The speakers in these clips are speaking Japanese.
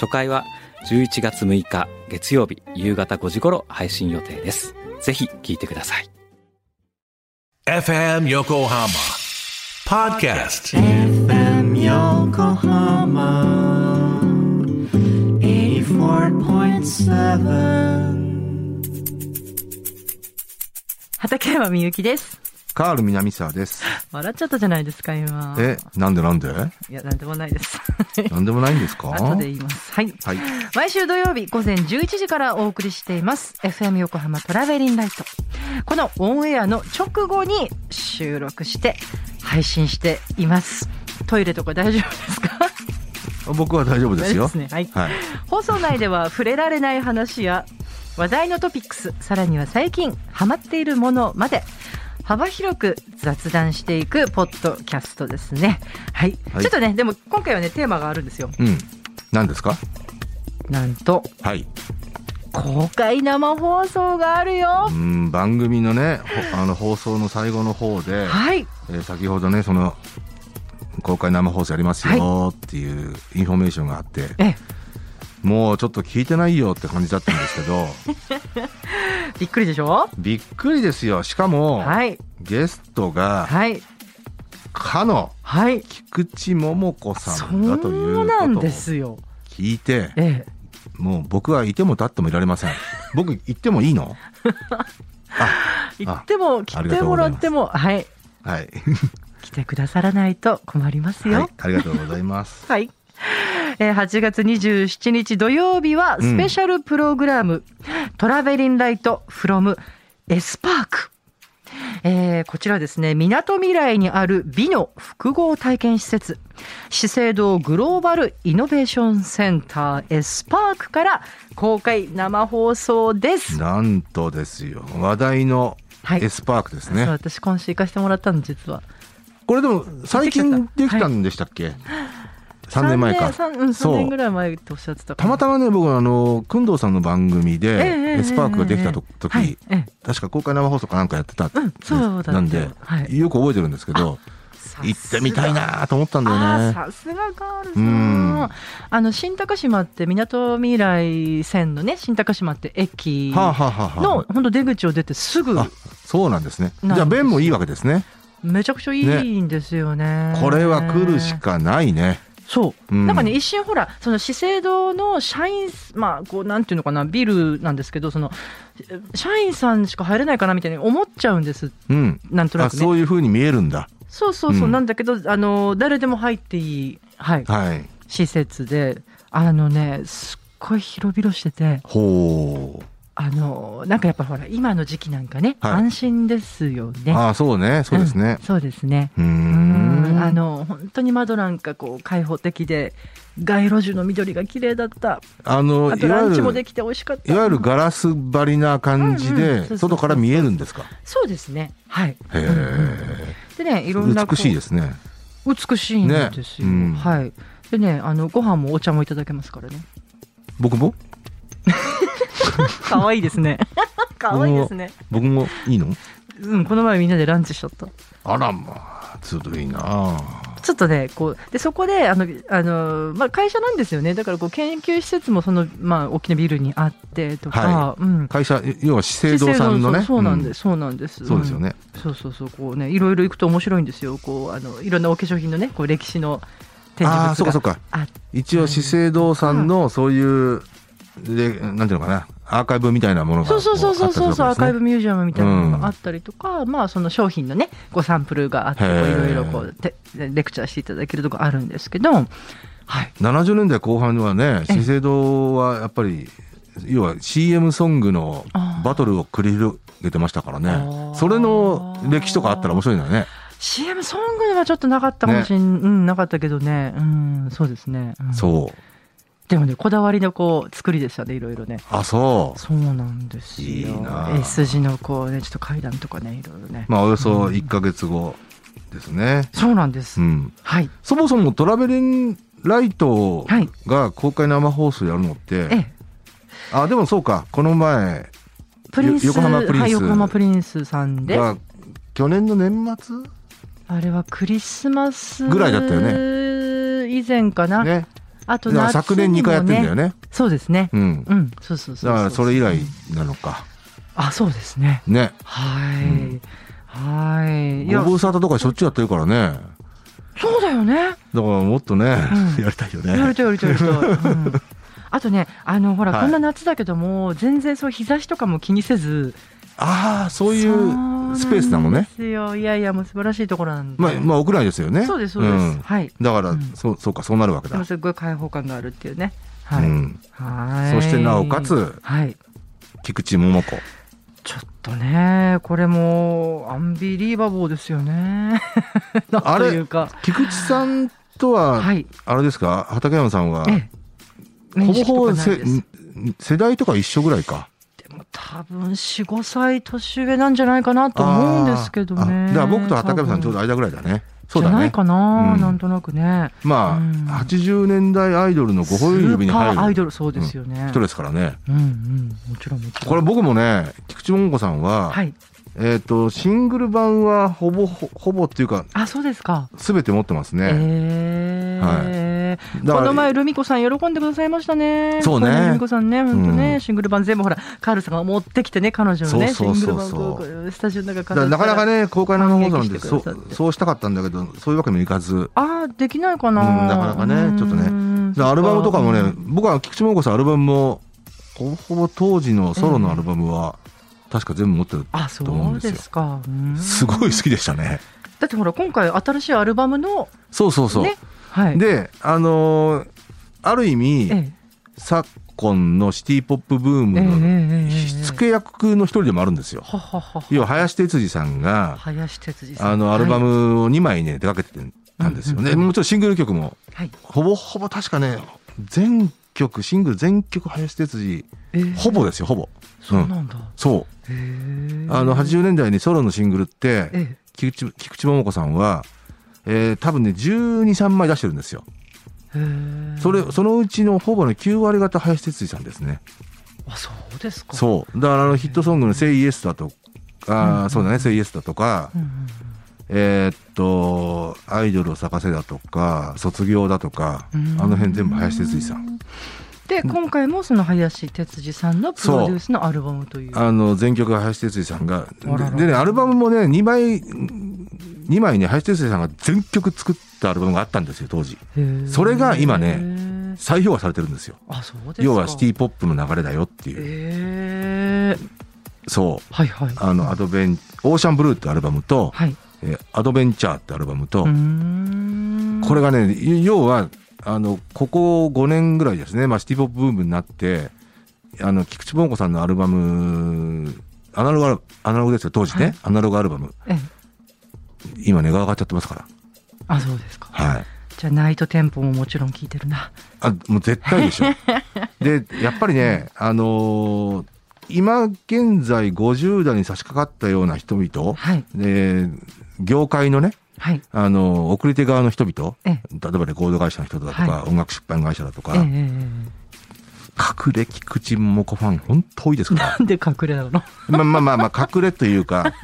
初回は11月6日月曜日夕方5時頃配信予定ですぜひ聞いてください FM Yokohama Podcast. FM Yokohama 84.7畠山みゆきです。カール南沢です。笑っちゃったじゃないですか、今。え、なんでなんでいや、なんでもないです。なんでもないんですか後で言います。はい。はい。毎週土曜日午前11時からお送りしています。FM 横浜トラベリンライト。このオンエアの直後に収録して配信しています。トイレとか大丈夫ですか 僕は大丈夫ですよ。大丈夫ですねはいはい。放送内では触れられない話や話題のトピックスさらには最近ハマっているものまで幅広く雑談していくポッドキャストですねはい、はいちょっとねでも今回はねテーマがあるんですようん。何ですかなんとはい。公開生放送があるようん、番組のね、ほあの、放送の最後の方で、はいえー先ほどね、その、公開生放送やりますよっていうインフォメーションがあって、えもうちょっと聞いてないよって感じだったんですけど、 えびっくりでしょびっくりですよ。しかも、はいゲストが、はいかのはい菊池桃子さそんだといううこなんとをですよ聞いて、ええもう僕はいても立ってもいられま せん。僕行ってもいいの？行っても来てもらってもはいはい。来てくださらないと困りますよ、はい、ありがとうござ います。はい。えー8月27日土曜日はスペシャルプログラム、トラベリンライトフロムエスパーク。えーこちらですね、みなとみらいにある美の複合体験施設、資生堂グローバルイノベーションセンターエスパークから公開生放送です。なんとですよ、話題のはいエスパークですそね。う私今週行かせてもらったの実はこれでも最近できたんでしたっけ？三、年前か。 3年,、うん、3そ年うぐ。らい前っておっしゃってたたままたまね僕あの工藤さんの番組ええええでエスパークができたとええ時、はいええ確か公開生放送かなんかやってた、うんそうだったなんで、はいよく覚えてるんですけど行ってみたいなと思ったんだよねあーさすがガールズうんあの新高島って港未来線のね新高島って駅はあ、のはあはあはあ、本当出口を出てすぐあそうなんですねじなんですゃあ便もいいわけですねめちゃくちゃいいんですよねこれは来るしかないね。そう、うんなんかね一瞬ほらその資生堂の社員まあこうなんていうのかなビルなんですけどその社員さんしか入れないかなみたいに思っちゃうんですうん。なんとなあ、くねそういう風に見えるんだ。そうそうそう、うんなんだけどあの誰でも入っていいはいはい。施設であのねすっごい広々しててほう。あのなんかやっぱほら今の時期なんかね、はい安心ですよね。あ、そうね。そうですねうん。そうですね。うーうんん。あの本当に窓なんかこう開放的で街路樹の緑が綺麗だった。あのあいとラわンチゆもるできて美味しかっいた。わゆるガラス張りな感じうんうんそうそうそうで外から見えるんですか。そうですね。はい。へでねいえろんな。美しいですすね。美しいんですよ。ねうんはい。でねあのご飯もお茶もいただけますからね。僕も可愛いです ね。可愛いですね。僕もいいの？うんこの前みんなでランチしちゃった。あらまあずるいな。ちょっとね、こうでそこであのあの、まあ、会社なんですよね、だからこう研究施設もその、まあ、大きなビルにあってとか、はうん、会社要は資生堂さんの資生堂そね。うそうなんです、す。そうなんです、そうですよね。うん、そうそうそう、こうね、いろいろ行くと面白いんですよ、こうあのいろんなお化粧品のね、こう歴史の展ああー示そうか物そうがか。あっ一応資生堂さんのそういうでなんていうのかなアーカイブみたいなものがそうそうそうそうこうそあうったそう、アーカイりするわブけですねミュージアムみたいなものがあったりとか、まあその商品のね、こうサンプルがあって、こうへーいろいろこうてレクチャーしていただけるとこあるんですけど、はい、 70年代後半はねええ資生堂はやっぱり要は CM ソングのあーバトルを繰り広げてましたからあねーそれの歴史とかあったら面白いんだよね CM ソングではちょっとなかったかもしれん、うん、なかったけどね、うん、そうですね。うんそうでもねこだわりのこう作りでしたねいろいろねあそうそうなんですよいいなあ S 字のこうねちょっと階段とかねいろいろね、まあおよそうん1か月後ですね、そうなんです、うん、はいそもそもトラベリンライトはいが公開生放送やるのって、ええあでもそうかこの前プリンス横浜プリンスはい、横浜プリンスさんでが去年の年末あれはクリスマスぐらいだったよね以前かな、ねあとだから夏昨年2回やってんだよねねそうですねうんうん、そうそうそうだからそれ以来うんなのかあそうですねねはい、うんはいいごや無沙汰とかしょっちゅうやってるからねだかそうだよねらもっとね、うんやりたいよやりねたいやりたいやりたい、うんあとねあのほら、はいこんな夏だけども全然そう日差しとかも気にせずああそういそううスペースなのなんねですよいやいやもう素晴らしいところなんで、まあまあ屋内ですよねそうですそうです、んはいだから、うんそうそうかそうなるわけでだもすごい開放感があるっていうねはい、うん、はいそしてなおかつはい菊池桃子ちょっとねこれもアンビリーバボーですよね なんというか菊池さんとは、はいあれですか畠山さんは、ええほ面ぼ識ほとかぼないせですん世代とか一緒ぐらいかでも多分45歳年上なんじゃないかなと思うんですけどねあだから僕と畠山さんちょうど多分間ぐらいだねそうじゃだないねかな、うんなんとなくねまあ、うん80年代アイドルのス5本指ーにパ入ーアイるドルそうですよね、人ですからねうんうんもちろんもちろんこれ僕もね菊池桃子さんは、はいえっ、とシングル版はほぼほほぼっていうかあそうですか全て持ってますえね、えだかこらの前ルミ子さん喜んでくださいましたね。そうこねの前ルミ子さんね、本当ね、うんシングル版全部ほらカールさんが持ってきてね彼女のねそうそうそうそうシングル版をこうスタジオの中だかかららなかなかね。ね公開生放送な反撃んでしてそくださっうてそうしたかったんだけどそういうわけにもいかずああできないかな、うんなかなかねうんちょっとねだからアルバムとかもね、僕は菊池桃子さんアルバムもほぼほぼ当時のソロのアルバムは、確か全部持ってるあそうですか。うんすごい好きでしたねだってほら今回新しいアルバムのそうそうそう、ねはい。であのーある意味、ええ昨今のシティポップええブーええムのええ火付け役の一人でもあるんですよ、はははは。要は林哲司さんが林哲司さん。あのアルバはい。ムを2枚ね出かけてたんですよね、うんうんもちろんシングル曲もはいほぼほぼ確かね全曲シングル全曲林哲司ええほぼですよほぼそうなんだ。そうへえあの80年代にソロのシングルってええ菊池菊池桃子さんは、えー多分ね1 2 3枚出してるんですよへえそれそのうちのほぼの9割方林哲司さんですねあそうですか。そうだからあのヒットソングの「Say Yes」だとうかんそうだね「Say Yes」だとかうんうんうん。えーっと「アイドルを咲かせ」だとか「卒業」だとかうあんの辺全部林哲司さん。で今回もその林哲司さんのプロデュースのアルバムという。あの全曲が林哲司さんがあららででねアルバムもね2枚2枚ね林哲司さんが全曲作ったアルバムがあったんですよ当時へーそれが今ね。へー再評価されてるんですよあそうですか。要はシティ。ィポップの流れだよっていう、えー、そうはいはい。あのアドベンオーシャンブルーってアルバムと、はい。えーアドベンチャーってアルバムと、うーん。これがね要はあのここ5年ぐらいですね、まあ、シティポップブームになってあの菊池桃子さんのアルバムアナログアルアナログですよ当時ね、はいアナログアルバムええ。今値が上がっちゃってますからあそうですか。はいじゃあナイトテンポももちろん聞いてるな。あもう絶対で しょでやっぱりねあのー今現在50代に差し掛かったような人々、はいで業界のねはい。あのー送り手側の人々ええ例えばレコード会社の人だとか、は音楽出版会社だとか、ええええ隠れ菊池桃子ファン本当多いで すからなんで隠れなの？まあまあまあまあ隠れとい うか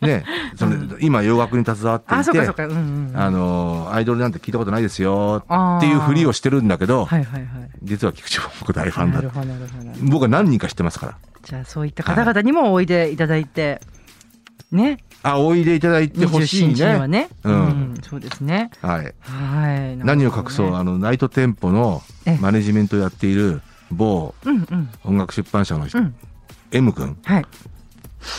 ねその、今洋楽に携わってあそいうかそうてか。うんうんうん。あのーアイドルなんて聞いたことないですよあーっていうふりをしてるんだけど、はいはいはい。実は菊池桃子大ファンだなっるてほどなるほど。僕は何人か知ってますからじゃあそういった方々にもおいでいただいて、ね。あおいでいただいてほしい27日にねはね。うんうん、そうですね。はい、はい。な何るをほどね隠そう、あのナイトテンポのええマネジメントをやっている某うんうん音楽出版社の人、うん。 M 君はい。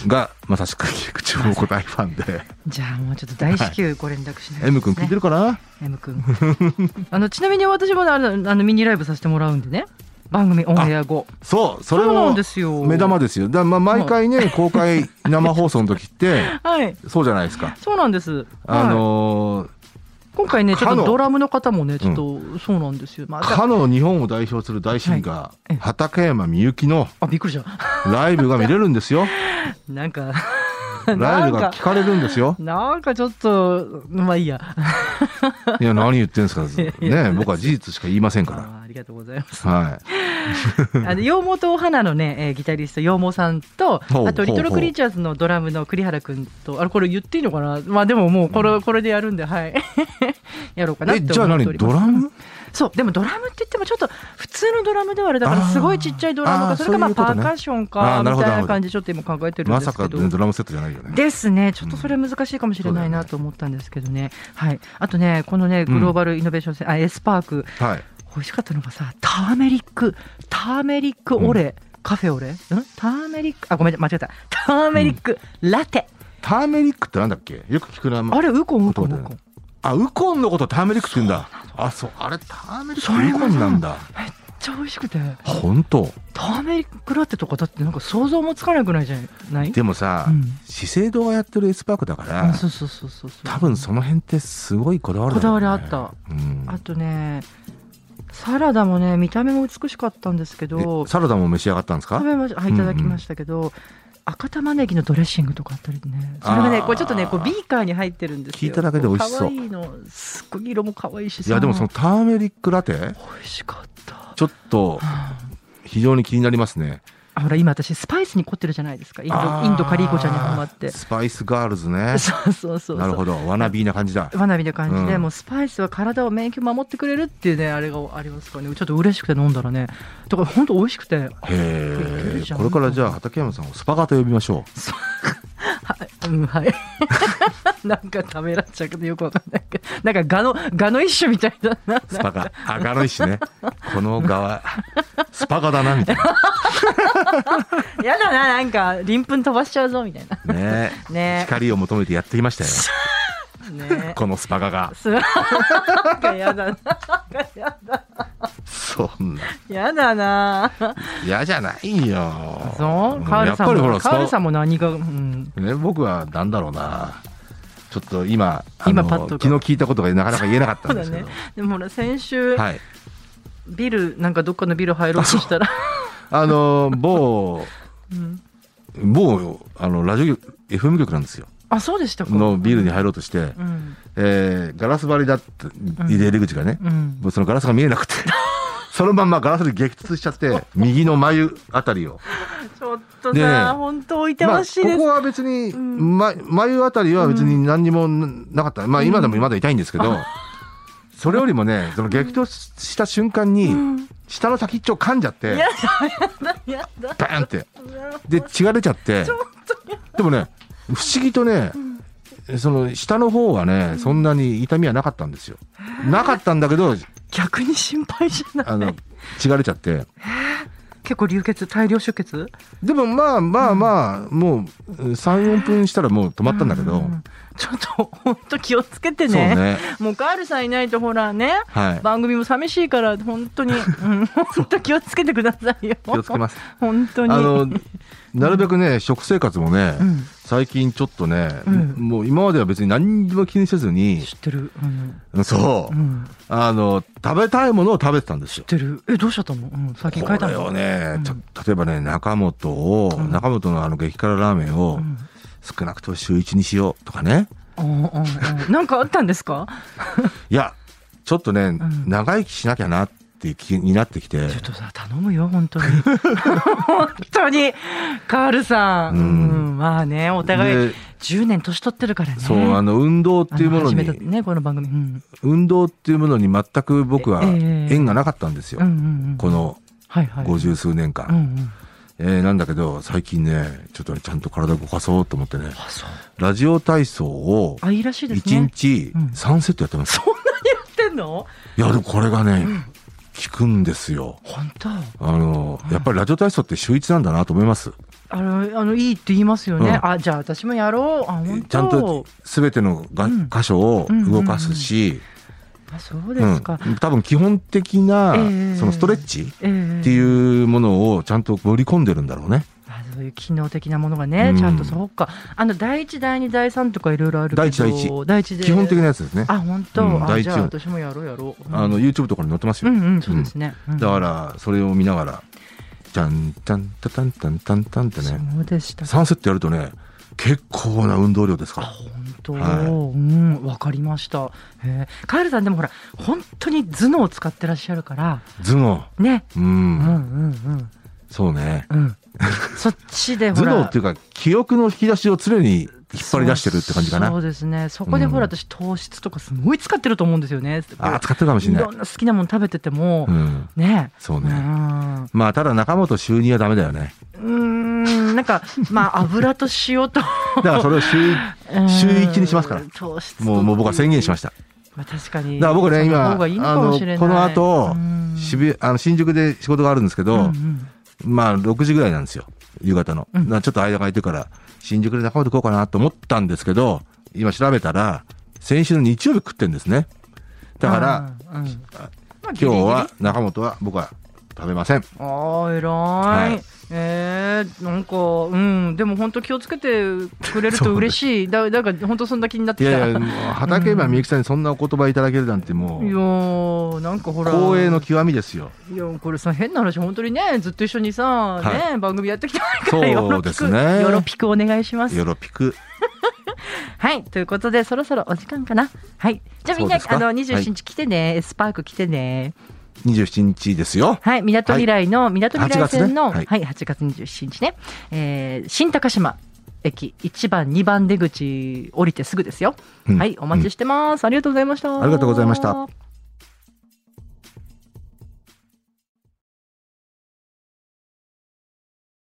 がまさしく菊池桃子大フ ァンでじゃあもうちょっと大至急ご連絡しないと、 M 君聞いてるるかな ?M 君。 あの、ちなみに私もねあのあのミニライブさせてもらうんでね。番組オンエア後。そうそそれうなんもですよ。目玉ですよだからまあ毎回ね公開 生放送の時ってはい。そうじゃないですかそうなんです。あのー今回ね、ちょっとかのドラムの方もね、ちょっと、そうなんですよ。まあじゃあ、かの日本を代表する大シンガええー、畠山みゆきのあ、びっくりした。 ライブが見れるんですよ。なんか、ライブなんがか聞かれるんですよ。なんかちょっと、まあいいや。 いや、何言ってんですか。ねいやえ僕は事実しか言いませ んかあありがとうございます。ら。はい。あの羊毛とお花のね、えーギタリスト羊毛さんとほうあとリトルほうほうクリーチャーズのドラムの栗原君とあれこれ言っていいのかなまあでももうこれ,、これでやるんではい やろうかなっえ、てじゃあ思ってお何りドますラムそうでもドラムって言ってもちょっと普通のドラムではあれだからあーすごいちっちゃいドラムあかーそれかまあそパういうーことねカッションあかーみなるほどたいななるほど感じでちょっと今考えてるんまでさすかけど、ねドラムセットじゃないよね。ですね、ちょっとそれは難しいかもしれないなと思ったんですけどね、はい、あとね、このね、グローバルイノベーションセン、あエスパーク、はい。美味しかったのがさターメリックターメリックオレ、カフェオレんターメリックあごめん間違えたターメリックラテ、ターメリックってなんだっけよく聞く名あ前。れウコンウコンウコことでンあ、ウコンのことターメリックって言うんだ。あ、そう。あれ、ターメリそういうこック、とウコンなんだ。めっちゃ美味しくて本当。ターメリックラテとかだってなんか想像もつかなくないじゃないでもさうん、資生堂がやってるエスパークだかあら、そうそうそうそうそう多分その辺ってすごいこだわるだろうねこだわりあった。うんあとねサラダもね見た目も美しかったんですけどえサラダも召し上がったんですか食べましはい、いただきましたけど、赤玉ねぎのドレッシングとかあったりね。それがね、あーこうちょっとね、こうビーカーに入ってるんですよ。聞いただけで美味しそう可愛いの、すっごい色も可愛いしいさ。やでもそのターメリックラテ美味しかった。ちょっと非常に気になりますねあ、ほら、今私スパイスに凝ってるじゃないですか。インあド、ーインドカリーコちゃんにハマって。そスパイスガールズねう そうそうそう。なるほどわなびーな感じだわなびな感じで、うんもうスパイスは体を免疫守ってくれるっていうね、あれがありますからね、ちょっと嬉しくて飲んだらね、とから本当美味しくて、へえこれからじゃあ畠山さんをスパガと呼びましょうん、はい。 なんかためらっちゃうけどよくわかんないけど、なんかガの、ガの一種みたいだな。うスパガあがるいしねこの側スパガだなみたいな やだな、なんか、鱗粉飛ばしちゃうぞ、みたいな。ねね光を求めてやってきましたよねこのスパガがすなんかやだな。やだそんなやだな。嫌じゃないよそうカールやっさぱんりほも、らスカールさパんも何が、うん。ね僕はなんだろうなちょっと今あ今のパッと浮かぶ昨日聞いたことがなかなか言えなかったそうんでだすけねど。でもほら、先週、はいビル、なんかどっかのビル入ろうとしたら、あの某うん某あのラジオ局 FM 局なんですよあ、そうでしたか。のビルに入ろうとして、うん。えーガラス張りだって入り口がね、うん。もうそのガラスが見えなくて そのまんまガラスに激突しちゃって右の眉あたりをちょっとでねさ、本当置いてまほあ、しいですここ。は別に、んま、眉あたりは別に何にもなかった、まあ今でもまだ痛いんですけど、それよりもねその激突した瞬間に、下の先っちょを噛んじゃって、やだ、やだ。バーンってで血が出ちゃってでもね不思議とね、その下の方はねそんなに痛みはなかったんですよなかったんだけど逆に心配じゃあなのい。血が出ちゃって結構流血、大量出血でもまあまあまあ、もう34分したらもう止まったんだけど、うんちょっと本当気をつけてそうねねもうカールさんいないとほらね、はい番組も寂しいから本当に、うん、本当気をつけてくださいよ気をつけます本当にあのなるべくね食生活もね、うん最近ちょっとね、うんもう今までは別に何にも気にせずに知ってる、うんそう、うん、あの食べたいものを食べてたんですよ知ってるえどうしちゃったの、うん、最近変えこたれをのね、んちょ例えばね中本を、ん中本のあの激辛ラーメンを、ん少なくとも週1にしようとかねうんうんうんなんかあったんですかいやちょっとね、ん長生きしなきゃなっていう気になってきてちょっとさ頼むよ本 当に本当にカールさん、ううんんまあねお互いで10年年取ってるからねそうあの運動っていうものあに初めてねこの番組、うん、運動っていうものに全く僕はえええ縁がなかったんですよ、うんうんうんこのはいはい五十数年間、うんうんえーなんだけど最近ねちょっとねちゃんと体動かそうと思ってねあそうラジオ体操をあいいらしいです1ね日うん3セットやってます、そんなにやってんのいやでもこれがね、効くんですよ本当あの、やっぱりラジオ体操って秀逸なんだなと思います。あのあのいいって言いますよね、うんあじゃあ私もやろうあ本当ちゃんとすべてのが、ん箇所を動かすし、あそううでんすか、多分基本的な、ええそのストレッチええっていうものをちゃんと盛り込んでるんだろうね。あそういう機能的なものがね、うんちゃんとそうかあの第一第二第三とかいろいろあるけど第一第一第一で基本的なやつですね。あ本当、うんあ第一じゃあ私もやろうやろう、うんあの YouTube とかに載ってますうよ。んうんそうですね、うんだからそれを見ながら、じゃんじゃんたたんたんたんたんってね、そうでした三セットやるとね、結構な運動量ですかあら。本当、はいうんわかりましたへえカエルさんでもほら本当に頭脳を使ってらっしゃるから頭脳、ねううんん、うんそうね。うんうんそっちでほ頭ら脳っていうか記憶の引き出しを常に引っ張り出してるって感じそかうそなう。ですねそこでほら、うん私糖質とかすごい使ってると思うんですよねあー使ってるかもしれないろ。んな好きなもの食べてても、うん、ねそううね。んうまあただ中本就任はダメだよね。ーんなんかまあ油と塩とだからそれを週 週一にしますからうん糖質ともうもう僕は宣言しました。まあ確かにだから僕そのね今方がいいのかもしれないあのこの後うん渋谷あの新宿で仕事があるんですけど、うんうんまあ6時ぐらいなんですよ夕方の、うんだからちょっと間が空いてから新宿で中本食おうかなと思ったんですけど今調べたら先週の日曜日食ってんですねだから、うんうんまあギリギリ今日は中本は僕は食べませんああ偉い、はいえー、なんかうんでも本当気をつけてくれると嬉しいだだから本当そんな気になっいてきたやいやもう畠山みゆきさんにそんなお言葉いただけるなんてもいうやーなんかほら光栄の極みですよいやこれさ変な話本当にねずっと一緒にさ、はね番組やってきてないからよそうろでぴすくねよろぴくお願いしますよろぴくはいということでそろそろお時間かなはいじゃあみんなそうですかあの27日来てね、エスパーク来てね27日ですよはい、みなとみらいの、みなとみらい線の、 8月ねはい、8月27日ね、えー新高島駅1番、2番出口降りてすぐですよ。うんはい、お待ちしてます。ありがとうございました。ありがとうございました。